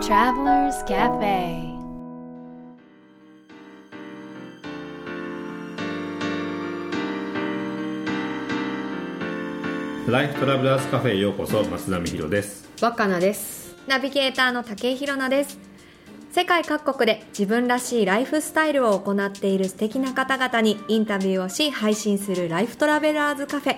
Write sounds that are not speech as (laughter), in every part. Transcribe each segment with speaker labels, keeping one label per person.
Speaker 1: Travelers Cafe
Speaker 2: ライフトラベラーズカフェへようこそ松並博です
Speaker 3: 若菜です
Speaker 4: ナビゲーターの竹井宏奈です。世界各国で自分らしいライフスタイルを行っている素敵な方々にインタビューをし配信するライフトラベラーズカフェ。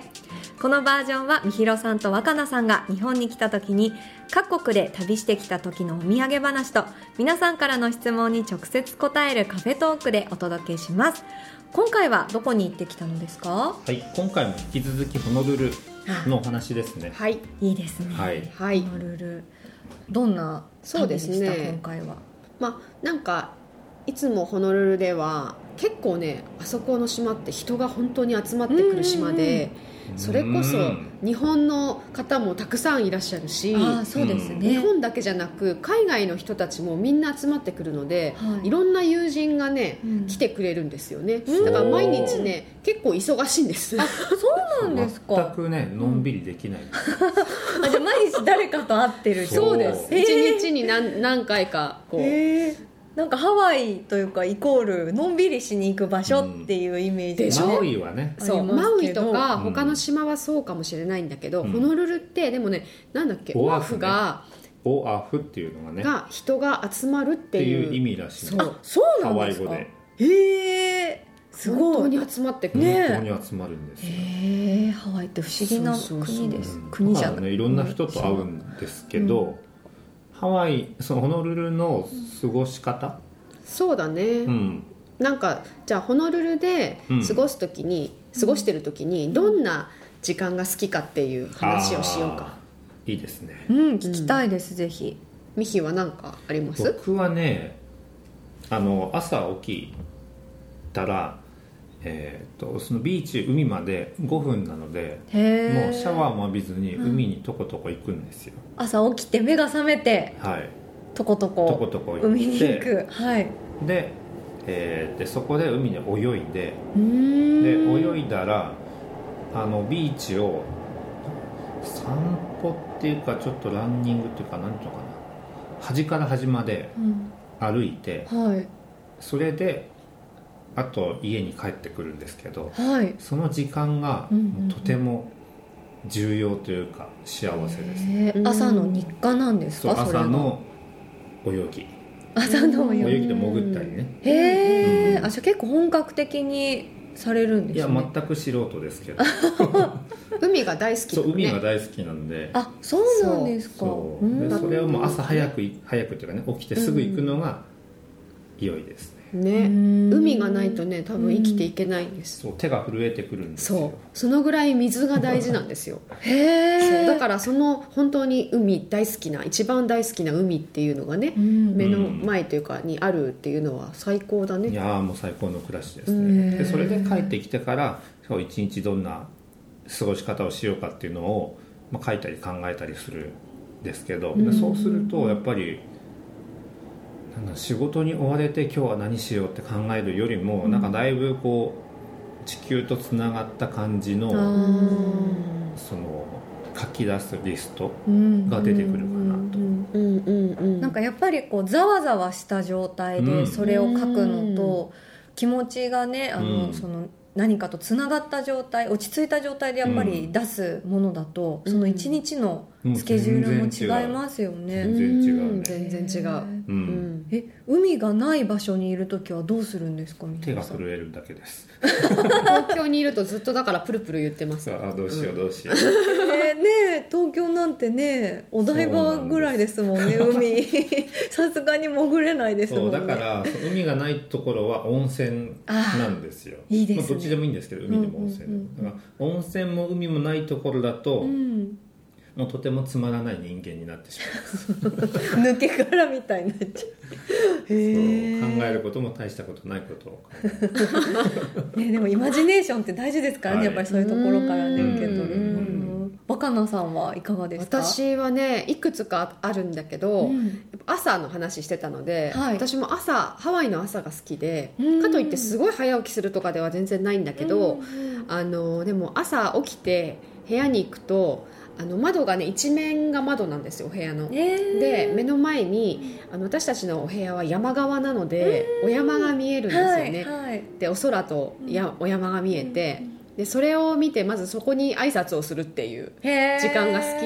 Speaker 4: このバージョンはみひろさんと若菜さんが日本に来た時に各国で旅してきた時のお土産話と皆さんからの質問に直接答えるカフェトークでお届けします。今回はどこに行ってきたのですか
Speaker 2: はい今回も引き続きホノルルのお話ですね
Speaker 3: はい
Speaker 4: いいですね。
Speaker 2: はい
Speaker 3: はい
Speaker 4: ホノルル。どんな
Speaker 3: そう
Speaker 4: 旅
Speaker 3: で
Speaker 4: ですした
Speaker 3: ね
Speaker 4: 今回は。
Speaker 3: まあなんかいつもホノルルでは結構ねあそこの島って人が本当に集まってくる島でそれこそ
Speaker 2: うん
Speaker 3: 日本の方もたくさんいらっしゃるし
Speaker 4: ああそうです
Speaker 3: 日
Speaker 4: ね、
Speaker 3: 本だけじゃなく海外の人たちもみんな集まってくるので、
Speaker 4: はい
Speaker 3: い、ろんな友人がね、
Speaker 4: うん
Speaker 3: 来てくれるんですよねだから毎日ね結構忙しいんです
Speaker 4: あそうなんです
Speaker 2: 全
Speaker 4: か
Speaker 2: くねのんびりできない、
Speaker 4: あじゃあ毎日誰かと会ってるってこと
Speaker 2: そうです
Speaker 3: (laughs) 一
Speaker 4: へ
Speaker 3: 日に何何回かこ
Speaker 4: ー
Speaker 3: う、
Speaker 4: へーなんかハワイというかイコールのんびりしに行く場所っていうイメージ
Speaker 3: でしょ
Speaker 2: マウイはね
Speaker 3: そう
Speaker 4: あります
Speaker 3: マウイと
Speaker 2: けど
Speaker 3: か他の島はそうかもしれないんだけど、
Speaker 2: うん
Speaker 3: ホノルルってでもねなんだっけ
Speaker 2: オ
Speaker 3: オ
Speaker 2: ア
Speaker 3: ア
Speaker 2: フ
Speaker 3: フ
Speaker 2: ね
Speaker 3: が,、
Speaker 2: オアフっていうのがねっ
Speaker 3: が人が集まるって
Speaker 2: て
Speaker 3: いう
Speaker 2: いう意味らしい
Speaker 3: そう
Speaker 4: あそう
Speaker 2: ハ
Speaker 4: なん
Speaker 2: ワ
Speaker 4: で
Speaker 2: イ
Speaker 4: す
Speaker 2: 語
Speaker 4: か
Speaker 2: で
Speaker 4: へえすご
Speaker 3: 本
Speaker 4: い
Speaker 3: 当に集まってくる、
Speaker 4: ねえ
Speaker 2: 本当に集まるんですよ、
Speaker 4: へえハワイって不思議な
Speaker 3: そうそうそう
Speaker 4: 国です
Speaker 2: うん
Speaker 4: 国じゃ
Speaker 2: だ
Speaker 4: な
Speaker 2: から
Speaker 4: い
Speaker 2: ねいろんな人と会うんですけど、ハワイそのホノルルの過ごし方、
Speaker 3: そうだね、
Speaker 2: うん、
Speaker 3: なんかじゃあホノルルで
Speaker 2: うん
Speaker 3: 過ごす時に、過ごしてる時にどんな時間が好きかっていう話をしようか
Speaker 2: あーいいですね
Speaker 4: うん聞きたいです、ぜひ
Speaker 3: ミヒは何かあります
Speaker 2: 僕はねあの朝起きたら、えー、とそのビーチ海まで5分なので
Speaker 4: へ
Speaker 2: も
Speaker 4: え
Speaker 2: うシャワーも浴びずに海にとことこ行くんですよ、
Speaker 4: 朝起きて目が覚めて
Speaker 2: はい
Speaker 4: とことこと
Speaker 2: ことこ行って
Speaker 4: 海に行くはい
Speaker 2: で,、えーでそこで海で泳いで
Speaker 4: うーん
Speaker 2: で泳いだらあのビーチを散歩っていうかちょっとランニングっていうか何ていうのかな端から端まで
Speaker 4: うん
Speaker 2: 歩いて
Speaker 4: はい
Speaker 2: それであと家に帰ってくるんですけど
Speaker 4: はい
Speaker 2: その時間が
Speaker 4: うんうんうん
Speaker 2: とても重要というか幸せです、
Speaker 4: へー朝の日課なんです
Speaker 2: そう
Speaker 4: かそれ
Speaker 2: 朝
Speaker 4: が
Speaker 2: の泳ぎ
Speaker 4: 朝の
Speaker 3: うん
Speaker 4: 泳
Speaker 2: 泳ぎで潜ったりね
Speaker 4: ぎへえ、
Speaker 2: うん
Speaker 4: あじゃあ結構本格的にされるん
Speaker 2: い
Speaker 4: です
Speaker 2: や
Speaker 4: ね
Speaker 2: 全く素人ですけど
Speaker 3: 海が大好き
Speaker 2: そ
Speaker 3: だ
Speaker 2: う
Speaker 3: よ
Speaker 2: 海が
Speaker 3: ね
Speaker 2: 大好きなんで
Speaker 4: あそうなんですか
Speaker 2: そう
Speaker 4: うん
Speaker 2: でそれをもう朝早くい早くっていうかね起きてすぐ行くのが良いですね、
Speaker 4: う
Speaker 3: ね
Speaker 4: ん
Speaker 3: 海がないとね多分生きていけないんです
Speaker 2: そう手が震えてくるんですよ
Speaker 3: そうそのぐらい水が大事なんですよ
Speaker 4: へ
Speaker 3: そ
Speaker 4: え
Speaker 3: うだからその本当に海大好きな一番大好きな海っていうのがね
Speaker 4: うん
Speaker 3: 目の前というかにあるっていうのは最高だ
Speaker 2: い
Speaker 3: ね
Speaker 2: やーもう最高の暮らしです
Speaker 4: う
Speaker 2: ね
Speaker 4: ん
Speaker 2: でそれで帰ってきてから今日一日どんな過ごし方をしようかっていうのを、まあ、書いたり考えたりするんですけど、で
Speaker 4: うん
Speaker 2: そうするとやっぱりなんだ仕事に追われて今日は何しようって考えるよりも、なんかだいぶこう地球とつながった感じ
Speaker 4: あ
Speaker 2: の
Speaker 4: ー
Speaker 2: その書き出すリスト
Speaker 4: うん
Speaker 2: が出てくるかなと
Speaker 4: うん
Speaker 3: うんうんうん
Speaker 4: なんかやっぱりこうざわざわした状態
Speaker 2: う
Speaker 4: で
Speaker 2: ん
Speaker 4: それを書くのと、気持ちがねあの、
Speaker 2: うん
Speaker 4: その何かとつながった状態落ち着いた状態でやっぱ
Speaker 2: う
Speaker 4: り
Speaker 2: ん
Speaker 4: 出すものだと、
Speaker 3: うん
Speaker 4: その一日のスケジュールも違いますよね、
Speaker 2: 全然違うね
Speaker 3: ん全然違う、
Speaker 2: う、
Speaker 3: うんん、
Speaker 4: え海がない場所にいる時はどうするんですか
Speaker 2: 手が
Speaker 4: さん
Speaker 2: 震えるだけです
Speaker 3: 東京にいるとずっとだからプルプル言ってます
Speaker 2: あどうしようどうしよう
Speaker 4: えーねえ東京なんてねお台場ぐらいですもんね海 (laughs) さすがに潜れないですも
Speaker 2: そ
Speaker 4: ん
Speaker 2: う
Speaker 4: ね
Speaker 2: だからそう海がないところは温泉なんですよ
Speaker 4: いいですね
Speaker 2: まあ、どっちでもいいんですけど海でも温泉で
Speaker 4: うん
Speaker 2: も、
Speaker 4: うんうん
Speaker 2: だから温泉も海もないところだと、
Speaker 4: うん、
Speaker 2: もうとてもつまらない人間になってしまいます、
Speaker 4: 抜け殻みたいになっちゃうへえ
Speaker 2: そう考えることも大したことないことを考える
Speaker 4: ね、でもイマジネーションって大事ですからね、
Speaker 2: はい
Speaker 4: やっぱりそういうところからね
Speaker 2: うん
Speaker 4: 受け取る
Speaker 2: うん
Speaker 4: うん若菜さんはいかがですか
Speaker 3: 私はねいくつかあるんだけ
Speaker 4: う
Speaker 3: ど、や
Speaker 4: ん
Speaker 3: っぱ朝の話してたので、
Speaker 4: はい
Speaker 3: 私も朝ハワイの朝が好きで、
Speaker 4: うん
Speaker 3: かといってすごい早起きするとかでは全然ないんだけど、
Speaker 4: うん
Speaker 3: あのでも朝起きて部屋に行くとあの窓がね一面が窓なんですよお部屋の。で
Speaker 4: で
Speaker 3: 目の前にあの私たちのお部屋は山側なのでお山が見えるんですよね。
Speaker 4: はい
Speaker 3: でお空とやお山が見えてでそれを見てまずそこに挨拶をするっていう時間が好き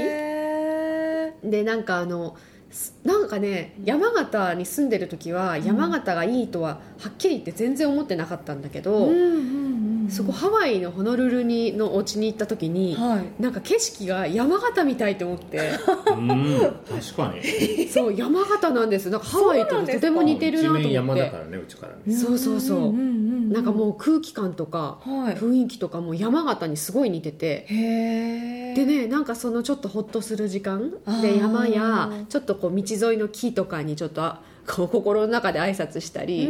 Speaker 4: き
Speaker 3: でなんかあのすなんかね山形に住んでる時は山形がいいとははっきり言って全然思ってなかったんだけど、そこハワイのホノルルにのお家に行った時に、
Speaker 4: はい
Speaker 3: なんか景色が山形みたいと思っ
Speaker 4: (laughs)
Speaker 3: て (laughs)
Speaker 2: うん確かに
Speaker 3: そう山形なんですなんかハワ
Speaker 4: そ
Speaker 3: イ
Speaker 4: うな
Speaker 3: と
Speaker 4: んで
Speaker 3: と
Speaker 4: すか
Speaker 3: ても似てるなと思
Speaker 2: 一面山
Speaker 3: っ
Speaker 2: だ
Speaker 3: て
Speaker 2: からねうちからね
Speaker 3: そうそうそうなんかも
Speaker 4: う
Speaker 3: う空気感とか
Speaker 4: んはい
Speaker 3: 雰囲気とかも山形にすごい似てて。
Speaker 4: へえ
Speaker 3: でねなんかそのちょっとほっとする時間
Speaker 4: あー
Speaker 3: で山やちょっとこう道沿いの木とかにちょっとあ (laughs) こう心の中で挨拶したり、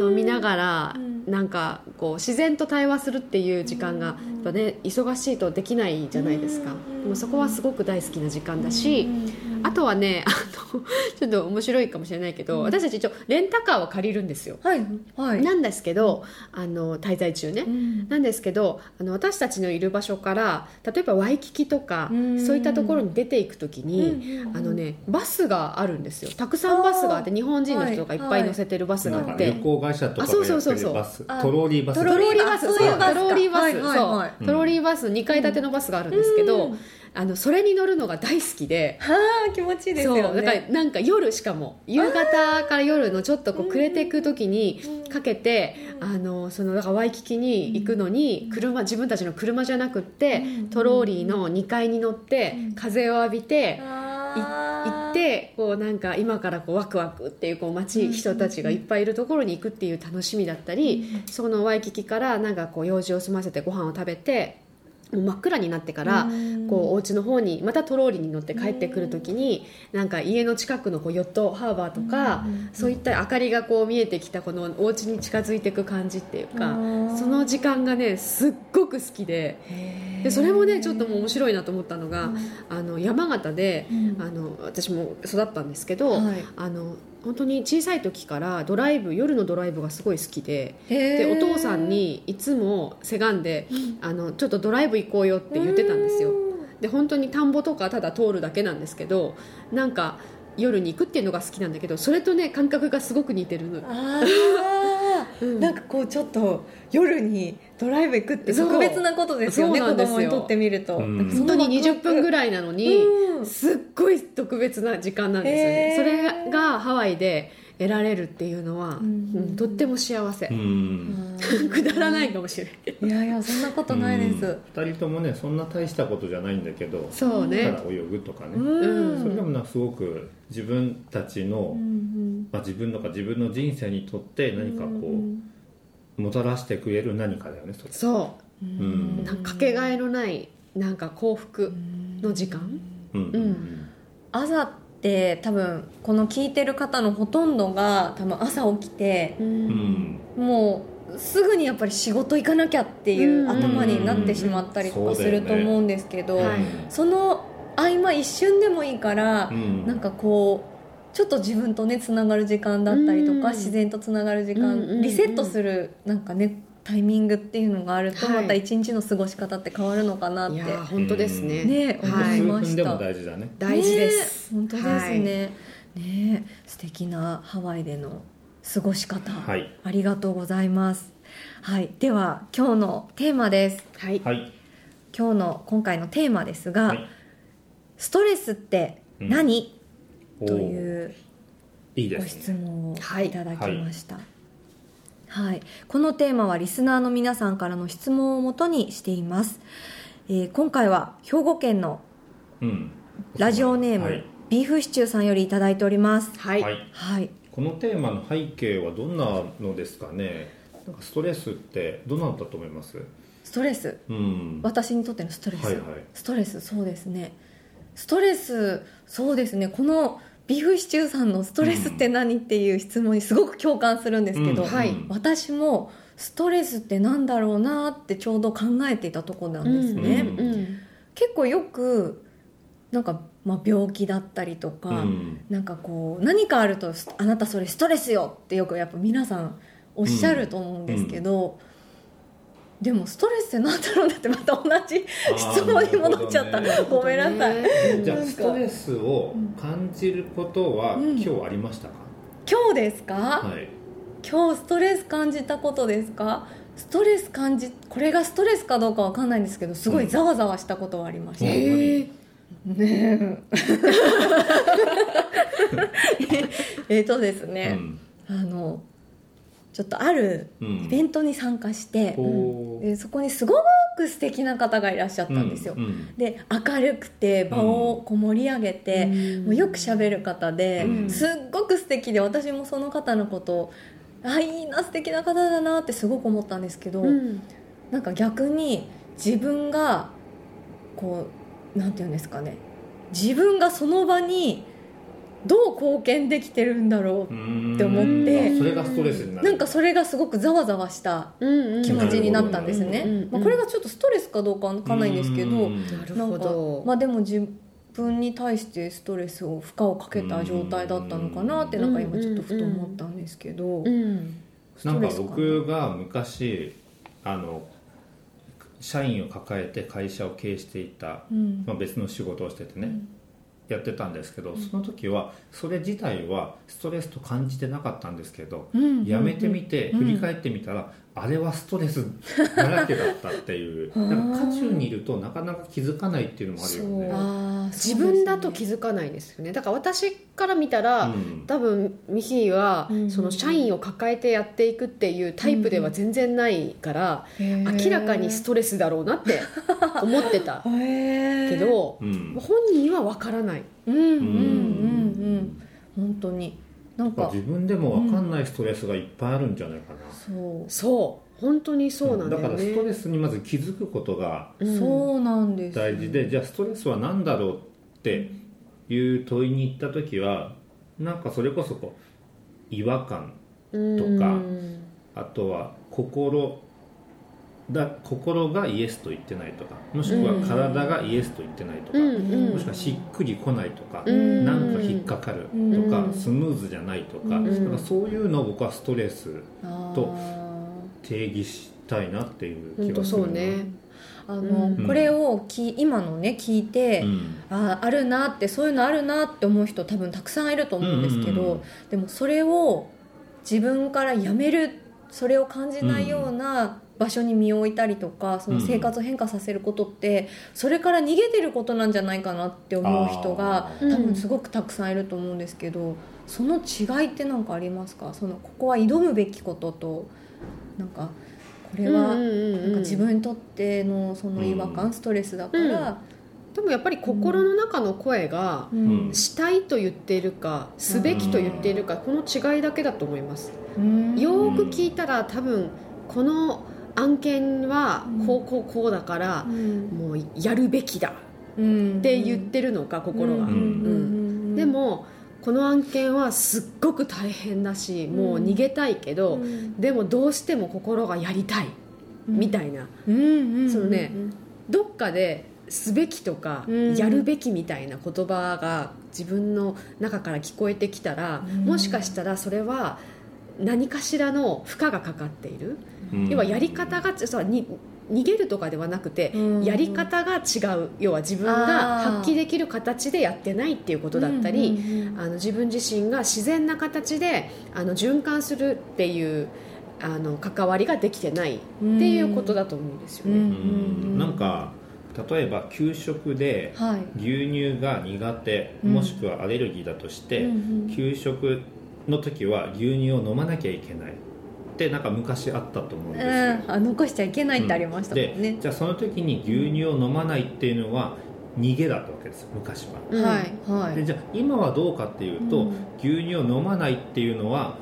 Speaker 3: そう見ながら
Speaker 4: うん
Speaker 3: なんかこう自然と対話するっていう時間がやっぱね忙しいとできないじゃないですか
Speaker 4: うん
Speaker 3: でもそこはすごく大好きな時間だ
Speaker 4: う
Speaker 3: し
Speaker 4: ん
Speaker 3: あとはねあのちょっと面白いかもしれないけど私たち一応レンタカーは借りるんですよ
Speaker 4: はいはい
Speaker 3: なんですけどあの滞在中ね
Speaker 4: うん
Speaker 3: なんですけどあの私たちのいる場所から例えばワイキキとか
Speaker 4: うん
Speaker 3: そういったところに出ていく時に
Speaker 4: うん
Speaker 3: あのねバスがあるんですよたくさんバスがあって
Speaker 4: あー
Speaker 3: 日本人の人がいっぱい乗せてるバスが
Speaker 2: なん
Speaker 3: あ
Speaker 2: か
Speaker 3: っ
Speaker 2: 旅
Speaker 3: て。
Speaker 2: 行会社とか
Speaker 3: あそう
Speaker 2: が
Speaker 3: そ
Speaker 2: や
Speaker 3: う
Speaker 2: っ
Speaker 3: そ
Speaker 2: て
Speaker 3: うそう
Speaker 2: るバス
Speaker 4: あ
Speaker 2: トローリーバス
Speaker 4: ト
Speaker 3: トローリーバ
Speaker 4: あ
Speaker 3: ス
Speaker 4: そういうバスか
Speaker 3: そうトローリーバス
Speaker 4: はいはいはい
Speaker 3: そうトローリーバス2階建てのバスがあるんですけど、
Speaker 4: うん
Speaker 3: あのそれに乗るのが大好きで
Speaker 4: はあ気持ちいいですよね
Speaker 3: そうだからなんか夜しかも夕方から夜のちょっとこう暮れていく時にかけてあのそのだからワイキキに行くのに車自分たちの車じゃなくってトローリーの2階に乗って風を浴びて行
Speaker 4: 行
Speaker 3: ってこうなんか今からこうワクワクっていうこう街人たちがいっぱいいるところに行くっていう楽しみだったりそのワイキキからなんかこう用事を済ませてご飯を食べてもう真っ暗になってからこうお家の方にまたトローリーに乗って帰ってくる時になんか家の近くのこうヨットハーバーとかそういった明かりがこう見えてきたこのお家に近づいていく感じっていうか
Speaker 4: うん
Speaker 3: その時間がねすっごく好きででそれもねちょっともう面白いなと思ったのがあの山形で
Speaker 4: うん
Speaker 3: あの私も育ったんですけど
Speaker 4: はい
Speaker 3: あの本当に小さい時からドライブ夜のドライブがすごい好きで。
Speaker 4: で
Speaker 3: でお父さんにいつもせがんであのちょっとドライブ行こうよって言ってたんですよで本当に田んぼとかただ通るだけなんですけどなんか夜に行くっていうのが好きなんだけどそれとね感覚がすごく似てるの
Speaker 4: ああ、
Speaker 3: うん
Speaker 4: なんかこうちょっと夜にドライブ行くって
Speaker 3: そう
Speaker 4: 特別なことですよね
Speaker 3: そう
Speaker 4: 子
Speaker 3: なんですよ
Speaker 4: 供にとってみると、
Speaker 2: うん
Speaker 4: なんかそ
Speaker 3: 本
Speaker 4: の
Speaker 3: 当に
Speaker 4: ワ
Speaker 3: 20
Speaker 4: クワ
Speaker 3: 分
Speaker 4: ク
Speaker 3: ぐらいなのに
Speaker 4: うん
Speaker 3: すっごい特別な時間なんですよね
Speaker 4: へー
Speaker 3: それがハワイで得られるっていうのは、
Speaker 4: うん
Speaker 3: うんとっても幸せ
Speaker 2: う、ん
Speaker 3: (laughs) くだらないかもしれない
Speaker 4: いやいやそんなことないです、
Speaker 2: うん二人ともねそんな大したことじゃないんだけど
Speaker 3: そう
Speaker 2: た
Speaker 3: ね
Speaker 2: だ泳ぐとかね、
Speaker 4: うん
Speaker 2: それでもなんかすごく自分たちの、
Speaker 4: うん
Speaker 2: まあ、自分とか自分の人生にとって何かこう、もたらしてくれる何かだよねそれ
Speaker 3: そう
Speaker 2: うん
Speaker 3: うなんかかけがえのないなんか幸福の時間
Speaker 2: うん
Speaker 3: うん
Speaker 4: 朝って多分この聞いてる方のほとんどが多分朝起きて
Speaker 3: う
Speaker 2: うんん
Speaker 4: もうすぐにやっぱり仕事行かなきゃっていう頭になってしまったりとかすると思うんですけど、
Speaker 3: うんはい
Speaker 4: その合間一瞬でもいいから
Speaker 2: う、ん
Speaker 4: なんかこうちょっと自分とねつながる時間だったりとか、
Speaker 3: うん
Speaker 4: 自然とつながる時
Speaker 3: うんうんう
Speaker 4: 間
Speaker 3: ん
Speaker 4: リセットするなんかねタイミングっていうのがあると、
Speaker 3: はい
Speaker 4: また一日の過ごし方って変わるのかなっ
Speaker 3: い
Speaker 4: て
Speaker 3: やー本当ですね、
Speaker 4: ね思
Speaker 3: は
Speaker 2: 数
Speaker 3: いい、
Speaker 4: ま
Speaker 2: 分
Speaker 4: した
Speaker 2: でも大事だね
Speaker 3: 大事です、
Speaker 4: ね本当ですね、ね素敵なハワイでの過ごし方、
Speaker 2: はい
Speaker 4: ありがとうございますはいでは今日のテーマです
Speaker 3: はい
Speaker 2: はい、
Speaker 4: 今日の今回のテーマですが、
Speaker 2: はい、
Speaker 4: ストレスって何、
Speaker 2: おー
Speaker 4: という
Speaker 2: いいで
Speaker 4: ご
Speaker 2: す
Speaker 4: 質
Speaker 2: ね
Speaker 4: 問を
Speaker 3: はい
Speaker 4: いただきました、はいこのテーマはリスナーの皆さんからの質問をもとにしています、えー今回は兵庫県の
Speaker 2: うん
Speaker 4: ラジオネーム、
Speaker 2: はい
Speaker 4: ビーフシチューさんよりいただいております
Speaker 3: はい、
Speaker 2: はい
Speaker 4: はい
Speaker 2: このテーマの背景はどんなのですかねなんかストレスってどんなのだと思います
Speaker 4: ストレス
Speaker 2: うん
Speaker 4: 私にとってのストレス、
Speaker 2: はいはい
Speaker 4: ストレスそうですねストレスそうですねこのビーフシチューさんのストレスって何っていう質問にすごく共感するんですけど、
Speaker 2: うん
Speaker 3: はい
Speaker 2: うん
Speaker 4: 私もストレスってなんだろうなってちょうど考えていたところなんですね、
Speaker 2: うん
Speaker 3: うん
Speaker 4: 結構よくなんか、まあ、病気だったりとか、
Speaker 2: うん
Speaker 4: なんかこう何かあると「あなたそれストレスよ」ってよくやっぱ皆さんおっしゃると思うんですけど、でもストレスってなんだろうなってまた同じ
Speaker 2: ー
Speaker 4: 質問に戻っちゃった、
Speaker 2: な
Speaker 4: (laughs)
Speaker 2: る
Speaker 4: ごめんなさい、
Speaker 3: ね
Speaker 2: じゃあ
Speaker 4: なんか
Speaker 2: ストレスを感じることは
Speaker 4: うん
Speaker 2: 今日ありましたか、
Speaker 4: 今日ですか、
Speaker 2: はい
Speaker 4: 今日ストレス感じたことですかストレス感じこれがストレスかどうかわかんないんですけどすごいざわざわしたことはありました、
Speaker 2: うん
Speaker 3: えー
Speaker 4: ね (laughs) ええっとですね、あのちょっとある
Speaker 2: うんうん
Speaker 4: イベントに参加して、
Speaker 2: おー
Speaker 4: でそこにすごく素敵な方がいらっしゃったんですよ、
Speaker 2: うんうん
Speaker 4: で明るくて場をこう盛り上げて、もうよく喋る方で、
Speaker 2: うん
Speaker 4: すっごく素敵で私もその方のことをあいいな素敵な方だなってすごく思ったんですけど、
Speaker 3: うん
Speaker 4: なんか逆に自分がこうなんて言うんですかね自分がその場にどう貢献できてるんだろう、
Speaker 2: うん
Speaker 4: って思って
Speaker 2: あそれがストレスになる
Speaker 4: なんかそれがすごくざわざわした
Speaker 3: うんうん
Speaker 4: 気持ちになったんですね、
Speaker 3: うんうんうん
Speaker 4: まあ、これがちょっとストレスかどうかわかんないんですけど、
Speaker 2: うん
Speaker 3: なる
Speaker 4: なん
Speaker 3: ほ
Speaker 4: か
Speaker 3: ど
Speaker 4: まあでも自分に対してストレスを負荷をかけた状態だったのかなってなんか今ちょっとふと思ったんですけど、
Speaker 3: うん
Speaker 4: ス
Speaker 2: な
Speaker 4: ト
Speaker 2: んか
Speaker 4: レス
Speaker 2: 僕が昔あの社員を抱えて会社を経営していた、
Speaker 4: うん
Speaker 2: まあ、別の仕事をしててね、
Speaker 4: うん
Speaker 2: やってたんですけどその時はそれ自体はストレスと感じてなかったんですけど、
Speaker 4: うん
Speaker 2: やめてみて
Speaker 4: うん
Speaker 2: 振り返ってみたら、あれはストレスだらけだったっていう
Speaker 4: あー
Speaker 2: なんか渦中にいるとなかなか気づかないっていうのもあるよね。
Speaker 4: あー
Speaker 3: 自分だと気づかないですよねだから私から見たら、
Speaker 2: うん
Speaker 3: 多分ミヒは、
Speaker 4: うん
Speaker 3: その社員を抱えてやっていくっていうタイプでは全然ないから、明らかにストレスだろうなって思って
Speaker 4: (laughs)
Speaker 3: た
Speaker 4: レス
Speaker 3: けど、
Speaker 2: うん
Speaker 3: 本人は分からない、
Speaker 4: うんうんうん
Speaker 2: う
Speaker 4: うん本当になん
Speaker 2: なん
Speaker 4: か
Speaker 2: か自分でも分かんないストレスがいっぱいあるんじゃないかな、
Speaker 4: そう
Speaker 3: そう本当にそうなんだよね、
Speaker 2: からストレスにまず気づくことが
Speaker 3: うん
Speaker 4: そうなんです
Speaker 2: 大事で、じゃあストレスは何だろうっていう問いに行った時はなんかそれこそこう違和感
Speaker 3: うん
Speaker 2: とかあとは心だ心がイエスと言ってないとかもしくは体がイエスと言ってないとか、
Speaker 3: うんうん
Speaker 2: もしくはしっくりこないとか、
Speaker 3: うん
Speaker 2: なんか引っかかるとか、
Speaker 4: うん
Speaker 2: スムーズじゃないとか,、
Speaker 4: うん
Speaker 2: なんかそういうのを僕はストレス
Speaker 4: あ
Speaker 2: と
Speaker 4: ー
Speaker 2: 定義したいなっていう
Speaker 3: 本
Speaker 2: 気
Speaker 3: 当
Speaker 2: がす
Speaker 3: そ
Speaker 2: る
Speaker 3: うね、
Speaker 4: あの、
Speaker 3: うん
Speaker 4: これをき今のね聞いて、
Speaker 2: うん
Speaker 4: ああるなってそういうのあるなって思う人多分たくさんいると思うんですけど、
Speaker 2: うんうんうん
Speaker 4: でもそれを自分からやめるそれを感じないような場所に身を置いたりとか、その生活を変化させることってそれから逃げてることなんじゃないかなって思う人が
Speaker 2: あ
Speaker 4: 多
Speaker 2: ー
Speaker 4: 分すごくたくさんいると思うんですけど、その違いって何かありますかそのここは挑むべきこととなんかこれは
Speaker 3: うんうんうんうん
Speaker 4: なんか自分にとってのその違和感、
Speaker 2: うん
Speaker 4: ストレスだから、
Speaker 3: でもやっぱり心の中の声が、
Speaker 2: ん
Speaker 3: したいと言っているかすべきと言っているかこの違いだけだと思います
Speaker 4: よ
Speaker 3: よーく聞いたら多分この案件はこうこうこうだからもうやるべきだ
Speaker 4: っ
Speaker 3: って言ってるのか心が
Speaker 2: うん
Speaker 3: でもこの案件はすっごく大変だしもう逃げたいけどでもどうしても心がやりたいみた
Speaker 4: い
Speaker 3: いな
Speaker 4: な
Speaker 3: そのねどっかですべきとか
Speaker 4: うん
Speaker 3: やるべきみたいな言葉が自分の中から聞こえてきたら
Speaker 4: うん
Speaker 3: もしかしたらそれは何かしらの負荷がかかっている要はやり方がそうに逃げるとかではなくて
Speaker 4: うん
Speaker 3: やり方が違う要は自分が
Speaker 4: あー
Speaker 3: 発揮できる形でやってないっていうことだったりあの自分自身が自然な形であの循環するっていうあの関わりができてないっていうことだと思うんですよね。
Speaker 4: うん
Speaker 2: うんなんか例えば給食で
Speaker 4: はい
Speaker 2: 牛乳が苦手、
Speaker 4: うん
Speaker 2: もしくはアレルギーだとして、
Speaker 4: うんうん
Speaker 2: 給食の時は牛乳を飲まなきゃいけないってなんか昔あったと思うんです
Speaker 4: う
Speaker 2: よ、
Speaker 4: んあ残しちゃいけないってありましたもん
Speaker 2: で
Speaker 4: ね
Speaker 2: じゃあその時に牛乳を飲まないっていうのは逃げだったわけです昔は、
Speaker 3: うん
Speaker 4: はいは
Speaker 2: で
Speaker 4: い
Speaker 2: じゃあ今はどうかっていうと、
Speaker 4: うん
Speaker 2: 牛乳を飲まないっていうのは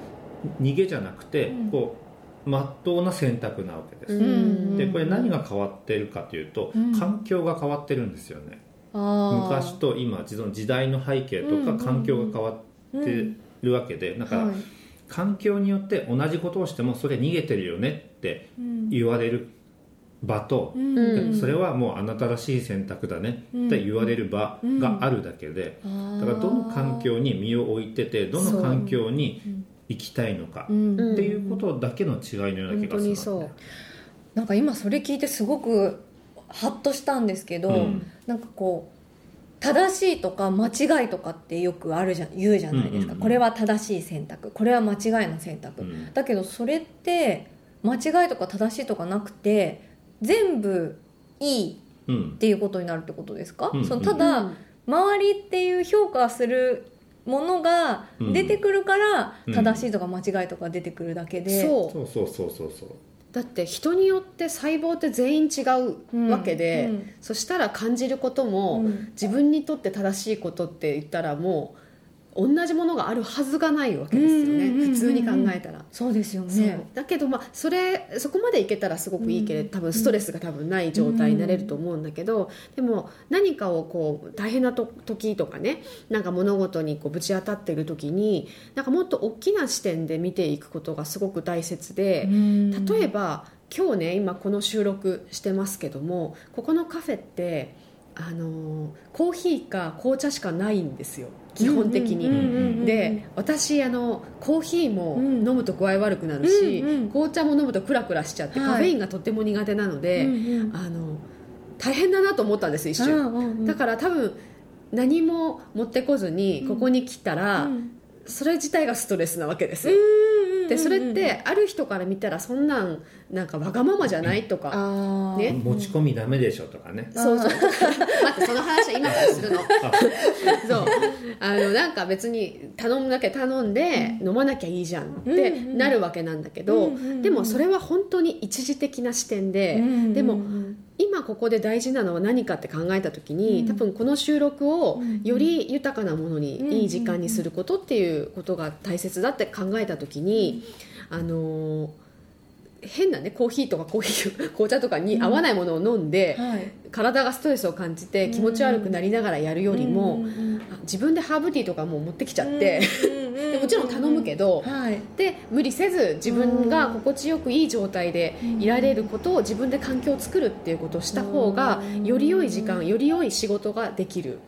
Speaker 2: 逃げじゃなくて、
Speaker 4: うん
Speaker 2: こうまっとうな選択なわけです、
Speaker 4: ん
Speaker 2: でこれ何
Speaker 3: が
Speaker 2: が変わってるかというと、
Speaker 4: うん
Speaker 2: 環境が変わってるんですよね
Speaker 4: 昔
Speaker 2: 昔と今その時代の背景
Speaker 4: うんうんう
Speaker 2: と
Speaker 4: ん
Speaker 2: か環境が変わってるわけで、だから、環境によって同じことをしてもそれ逃げてるよねって言われる場と、
Speaker 3: うん
Speaker 2: それはもうあなたらしい選択だねって言われる場があるだけで、だからどの環境に身を置いててどの環境に行きたいのか
Speaker 4: っ
Speaker 2: っていうことだけの違いのような気
Speaker 3: 本
Speaker 2: が
Speaker 3: 当
Speaker 2: する
Speaker 3: に
Speaker 2: の
Speaker 3: そ
Speaker 2: ね
Speaker 3: う
Speaker 4: なんか今それ聞いてすごくハッとしたんですけど、
Speaker 2: うん
Speaker 4: なんかこう正しいとか間違いとかってよくあるじゃん言うじゃないですか、
Speaker 2: うんうんうん
Speaker 4: これは正しい選択これは間違いの選択、
Speaker 2: うん
Speaker 4: だけどそれって間違いとか正しいとかなくて全部いい
Speaker 2: うん
Speaker 4: っていうことになるってことですか、
Speaker 2: うんうん
Speaker 4: そのただ、周りっていう評価するものが出てくるから、
Speaker 2: うん
Speaker 4: 正しいとか間違いとか出てくるだけで、
Speaker 3: そう
Speaker 2: そうそうそうそうそう
Speaker 3: だって人によって細胞って全員違うわけで、
Speaker 4: うんうん
Speaker 3: そしたら感じることも、
Speaker 4: うん
Speaker 3: 自分にとって正しいことって言ったらもう同じものがあるはずがないわけですよね、
Speaker 4: うんうんうんうん
Speaker 3: 普通に考えたら。
Speaker 4: そうですよ
Speaker 3: そう
Speaker 4: ね
Speaker 3: だけど、まあ、それそこまでいけたらすごくいいけれど、
Speaker 4: うん
Speaker 3: 多分ストレスが多分ない状態になれると思うんだけど、でも何かをこう大変なと時とかねなんか物事にこうぶち当たっている時になんかもっと大きな視点で見ていくことがすごく大切で、例え
Speaker 4: ば
Speaker 3: ば今日ね今この収録してますけどもここのカフェってあのーコーヒーか紅茶しかないんですよ基本的に。
Speaker 2: うんうんうん
Speaker 3: で私あのコーヒーも
Speaker 4: うん
Speaker 3: 飲むと具合悪くなるし、
Speaker 4: うんうん
Speaker 3: 紅茶も飲むとクラクラしちゃって、
Speaker 4: はい
Speaker 3: カフェインがとっても苦手なので、あの大変だなと思ったんです一瞬、だから多分何も持ってこずにここに来たら、それ自体がストレスなわけですよでそれってある人から見たらそんなんなんかわがままじゃないとか
Speaker 4: あ
Speaker 3: ね
Speaker 2: 持ち込みダメでしょとかね
Speaker 3: そう
Speaker 4: (laughs)
Speaker 3: そう待ってその話は今からするのそうあのなんか別に頼むだけ頼んで飲まなきゃいいじゃんって
Speaker 4: うんうん
Speaker 3: なるわけなんだけど、
Speaker 4: うんうんうん
Speaker 3: でもそれは本当に一時的な視点で、でも今ここで大事なのは何かって考えた時に、
Speaker 4: うん
Speaker 3: 多分この収録を
Speaker 4: うん
Speaker 3: より豊かなものに、
Speaker 4: うん
Speaker 3: いい時間にすることっていうことが大切だって考えた時に、あのー変なねコーヒーとか (laughs) コーヒー紅茶とかに合わないものを飲んで、
Speaker 4: はい
Speaker 3: 体がストレスを感じて気持ち悪くなりながらやるよりも、あ自分でハーブティーとかもう持ってきちゃって、でもちろん頼むけど、
Speaker 4: はい
Speaker 3: で無理せず自分が心地よくいい状態でいられることを自分で環境を作るっていうことをした方が
Speaker 4: うん
Speaker 3: より良い時間より良い仕事ができる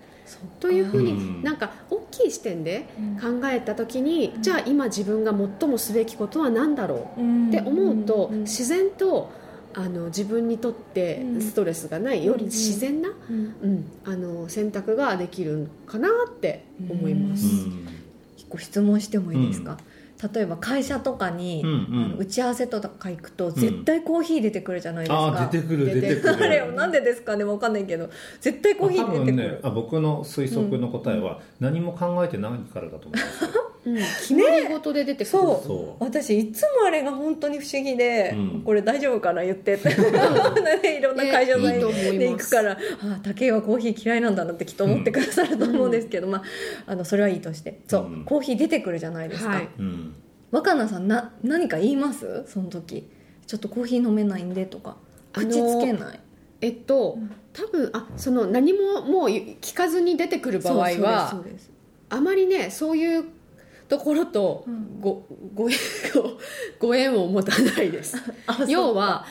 Speaker 3: というふう
Speaker 2: う
Speaker 3: に
Speaker 2: ん
Speaker 3: なんか大きい視点で
Speaker 4: っ
Speaker 3: 考えた時にじゃあ今自分が最もすべきことは何だろうって思うと自然とあの自分にとってストレスがないより自然な、うん、あの選択ができるのかなって思います。
Speaker 4: 一個質問してもいいですか、例えば会社とかに、
Speaker 2: うんうん
Speaker 4: あの打ち合わせとか行くと絶対コーヒー出てくるじゃないですか、
Speaker 2: ああ出てくる
Speaker 3: 出
Speaker 2: 出
Speaker 3: て
Speaker 2: てくる
Speaker 4: あれよなんでですかねわかんないけど絶対コーヒ
Speaker 2: あ
Speaker 4: ー
Speaker 2: 多
Speaker 4: 出て
Speaker 2: 分
Speaker 4: く
Speaker 2: ね
Speaker 4: る、
Speaker 2: あ僕の推測の答えは何も考えてないからだと思いますよ
Speaker 3: うん、決まり事で出てくる、
Speaker 4: そう
Speaker 2: そ
Speaker 4: 私いつもあれが本当に不思議で、
Speaker 2: うん
Speaker 4: これ大丈夫かな言
Speaker 3: (laughs)
Speaker 4: ってっていろんな会場
Speaker 3: いいと思います
Speaker 4: で行くからああ武井はコーヒー嫌いなんだなってきっと思ってくださると思うんですけど、まあ、あのそれはいいとしてそう、
Speaker 2: うん
Speaker 4: コーヒー出てくるじゃないですか、
Speaker 3: はい
Speaker 2: うん、うん
Speaker 4: 若菜さんな何か言いますその時ちょっとコーヒー飲めないんでとか
Speaker 3: あの
Speaker 4: 口つけない
Speaker 3: えっと、
Speaker 4: うん
Speaker 3: 多分あその何ももう聞かずに出てくる場合
Speaker 4: そ
Speaker 3: は
Speaker 4: うです
Speaker 3: あまりねそういうところと
Speaker 4: うん
Speaker 3: ご,、ご (laughs) 縁をご縁を持たないです
Speaker 4: そうです
Speaker 3: 要は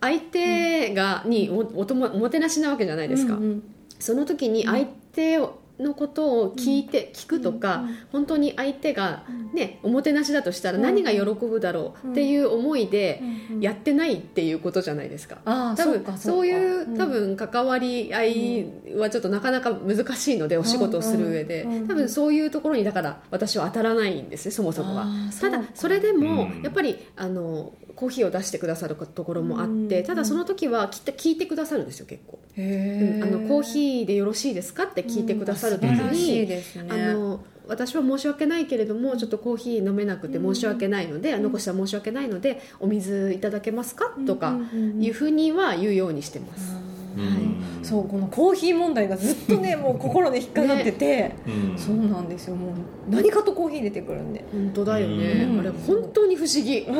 Speaker 3: 相手がにおおともおもてなしなわけじゃないですか、
Speaker 4: うんうん
Speaker 3: その時に相手のことを聞いて、聞くと
Speaker 4: う
Speaker 3: か、
Speaker 4: ん
Speaker 3: 本当に相手が
Speaker 4: うん、
Speaker 3: ね、おもてなしだとしたら
Speaker 4: うん
Speaker 3: 何が喜ぶだろうっていう思いで
Speaker 4: うんうん
Speaker 3: やってないっていうことじゃないですか、
Speaker 4: ああ
Speaker 3: 多
Speaker 4: そう
Speaker 3: 分
Speaker 4: か
Speaker 3: そう
Speaker 4: か
Speaker 3: いう、
Speaker 4: ん
Speaker 3: 多分関わり合いはちょっとなかなか難しいので、お仕事をする上で、
Speaker 4: うんうんうん
Speaker 3: 多分そういうところにだから私は当たらないんですねそもそもは。
Speaker 4: あー
Speaker 3: ただ
Speaker 4: うか
Speaker 3: それでも
Speaker 2: うん
Speaker 3: やっぱりあのコーヒーを出してくださるところもあって、
Speaker 4: うん
Speaker 3: ただその時はきっと聞いてくださるんですよ結構、
Speaker 4: へ
Speaker 3: うん
Speaker 4: ー
Speaker 3: あのコーヒーでよろしいですかって聞いてくだ
Speaker 4: うん
Speaker 3: さる時
Speaker 4: 素晴らし
Speaker 3: に、
Speaker 4: いですね
Speaker 3: あの私は申し訳ないけれどもちょっとコーヒー飲めなくて申し訳ないので、残したら申し訳ないのでお水いただけますかと
Speaker 4: う
Speaker 3: か
Speaker 4: んうんうん
Speaker 3: いうふうには言うようにしてます、
Speaker 4: あーはいそうこのコーヒー問題がずっと
Speaker 2: (laughs)
Speaker 4: ねもう心に引っかかってて、
Speaker 2: うん
Speaker 4: そうなんですよもう何かとコーヒー出てくるんで、
Speaker 3: 本当だよね、
Speaker 4: うん
Speaker 3: あれ本当に不思議
Speaker 4: うん、不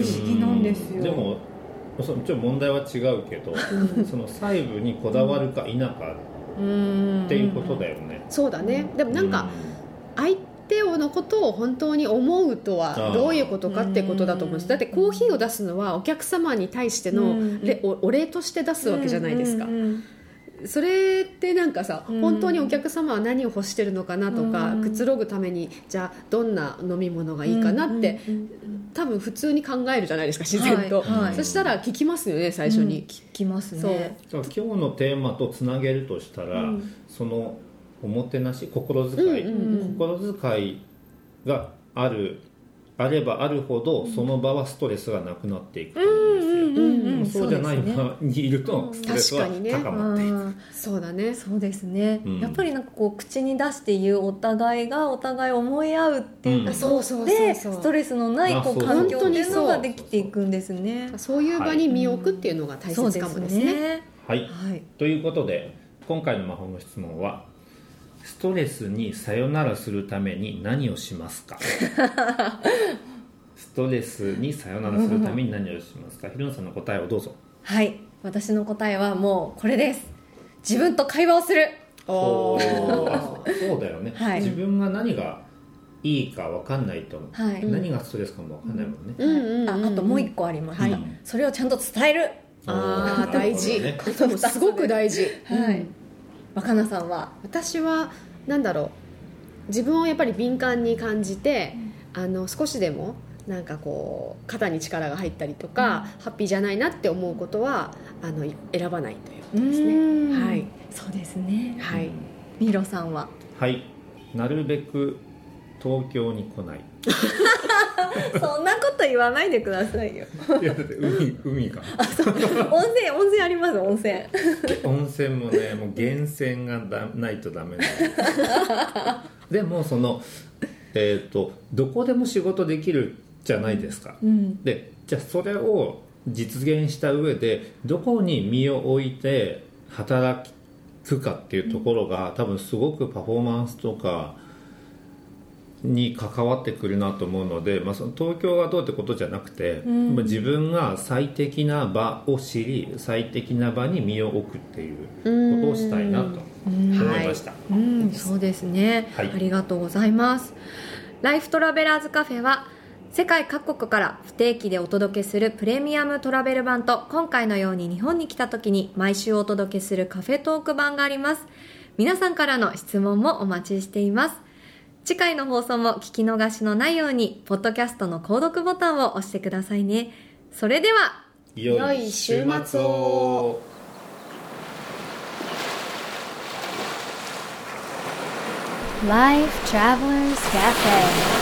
Speaker 4: 思議なんですよ
Speaker 2: でもそちょっと問題は違うけ
Speaker 4: (laughs)
Speaker 2: どその細部にこだわるか否か
Speaker 4: うん
Speaker 2: っていうことだよね、
Speaker 3: そうだねでもなんか相手をのことを本当に思うとは
Speaker 2: あー
Speaker 3: どういうことかってことだと思うんですだってコーヒーを出すのはお客様に対して
Speaker 4: う
Speaker 3: の
Speaker 4: ん
Speaker 3: れおお礼として出すわけじゃないですか、
Speaker 4: うんうんうん
Speaker 3: それってなんかさ、
Speaker 4: うん
Speaker 3: 本当にお客様は何を欲してるのかなとか、
Speaker 4: うん
Speaker 3: くつろぐためにじゃあどんな飲み物がいいかなって、
Speaker 4: うんうんうん
Speaker 3: 多分普通に考えるじゃないですか自然と、
Speaker 4: はいはい
Speaker 3: そしたら聞きますよね最初
Speaker 4: うん
Speaker 3: に、
Speaker 4: 聞きます
Speaker 3: そう
Speaker 4: ね
Speaker 2: じゃあ今日のテーマとつなげるとしたら、
Speaker 3: うん
Speaker 2: そのおもてなし心遣い、
Speaker 3: うんうんうん
Speaker 2: 心遣いがあるあればあるほどその場はストレスがなくなっていくと思うんですよ、
Speaker 3: うん
Speaker 2: そうじゃない場にいるとストレスは高まっていく、
Speaker 4: うん
Speaker 3: そうだね
Speaker 4: そうですね、
Speaker 2: うん
Speaker 4: やっぱりなんかこう口に出して言うお互いがお互い思い合うっていう
Speaker 2: うん
Speaker 4: か、
Speaker 2: あ
Speaker 3: そうそうそうそう
Speaker 4: でストレスのないこ
Speaker 2: あそう
Speaker 4: う
Speaker 2: そう
Speaker 4: 環境っていうのができていくんですね。
Speaker 3: そういう場に身を置くっていうのが大
Speaker 4: そう
Speaker 3: 切
Speaker 4: で
Speaker 3: か
Speaker 4: す
Speaker 3: もですね。
Speaker 4: ね。
Speaker 2: はい
Speaker 4: はい。
Speaker 2: ということで今回の魔法の質問は「ストレスにさよならするために何をします
Speaker 3: (laughs)
Speaker 2: か? 」ストレスにさよならするために何をしますか、ひろのさんの答えをどうぞ
Speaker 4: はい。私の答えはもうこれです。自分と会話をする。
Speaker 2: そ
Speaker 3: おー
Speaker 2: うそうだよね、
Speaker 4: はい
Speaker 2: 自分が何がいいか分かんないと、
Speaker 4: はい。
Speaker 2: 何がストレスかも分かんないもんね、
Speaker 3: うんうんうん
Speaker 4: ああともう一個あります、
Speaker 2: はい
Speaker 4: それをちゃんと伝える。
Speaker 3: あー
Speaker 2: なる
Speaker 3: 大
Speaker 2: ほど
Speaker 3: 事、
Speaker 2: ね
Speaker 3: でも (laughs) すごく大事、
Speaker 4: は
Speaker 3: う
Speaker 4: い
Speaker 3: ん。
Speaker 4: 若菜さんは。
Speaker 3: 私はなんだろう自分をやっぱり敏感に感じて、あの少しでもなんかこう肩に力が入ったりとか、ハッピーじゃないなって思うことはあのい選ばないということですね
Speaker 4: うん
Speaker 3: はい。
Speaker 4: そうですね。
Speaker 3: はい、
Speaker 2: うん
Speaker 4: ミロさんは。
Speaker 2: はいなるべく東京に来ない
Speaker 3: (laughs)
Speaker 4: そんなこと言わないでくださいよ。
Speaker 2: いやだって海海か
Speaker 4: 温泉温泉あります温泉。
Speaker 2: 温泉もねもう源泉がだないとダメなのでもそのえっ、とどこでも仕事できるじゃないですか、
Speaker 4: うん。
Speaker 2: でじゃあそれを実現した上でどこに身を置いて働くかっていうところが多分すごくパフォーマンスとかに関わってくるなと思うので、まあ、その東京がどうってことじゃなくて、
Speaker 4: うん
Speaker 2: まあ自分が最適な場を知り最適な場に身を置くっていうことをしたいなと思いました。
Speaker 4: うん、そうですね、
Speaker 2: はい
Speaker 4: ありがとうございますライフトラベラーズカフェは世界各国から不定期でお届けするプレミアムトラベル版と今回のように日本に来た時に毎週お届けするカフェトーク版があります皆さんからの質問もお待ちしています次回の放送も聞き逃しのないようにポッドキャストの購読ボタンを押してくださいねそれでは
Speaker 2: 良い週末を
Speaker 1: Life Travelers Cafe.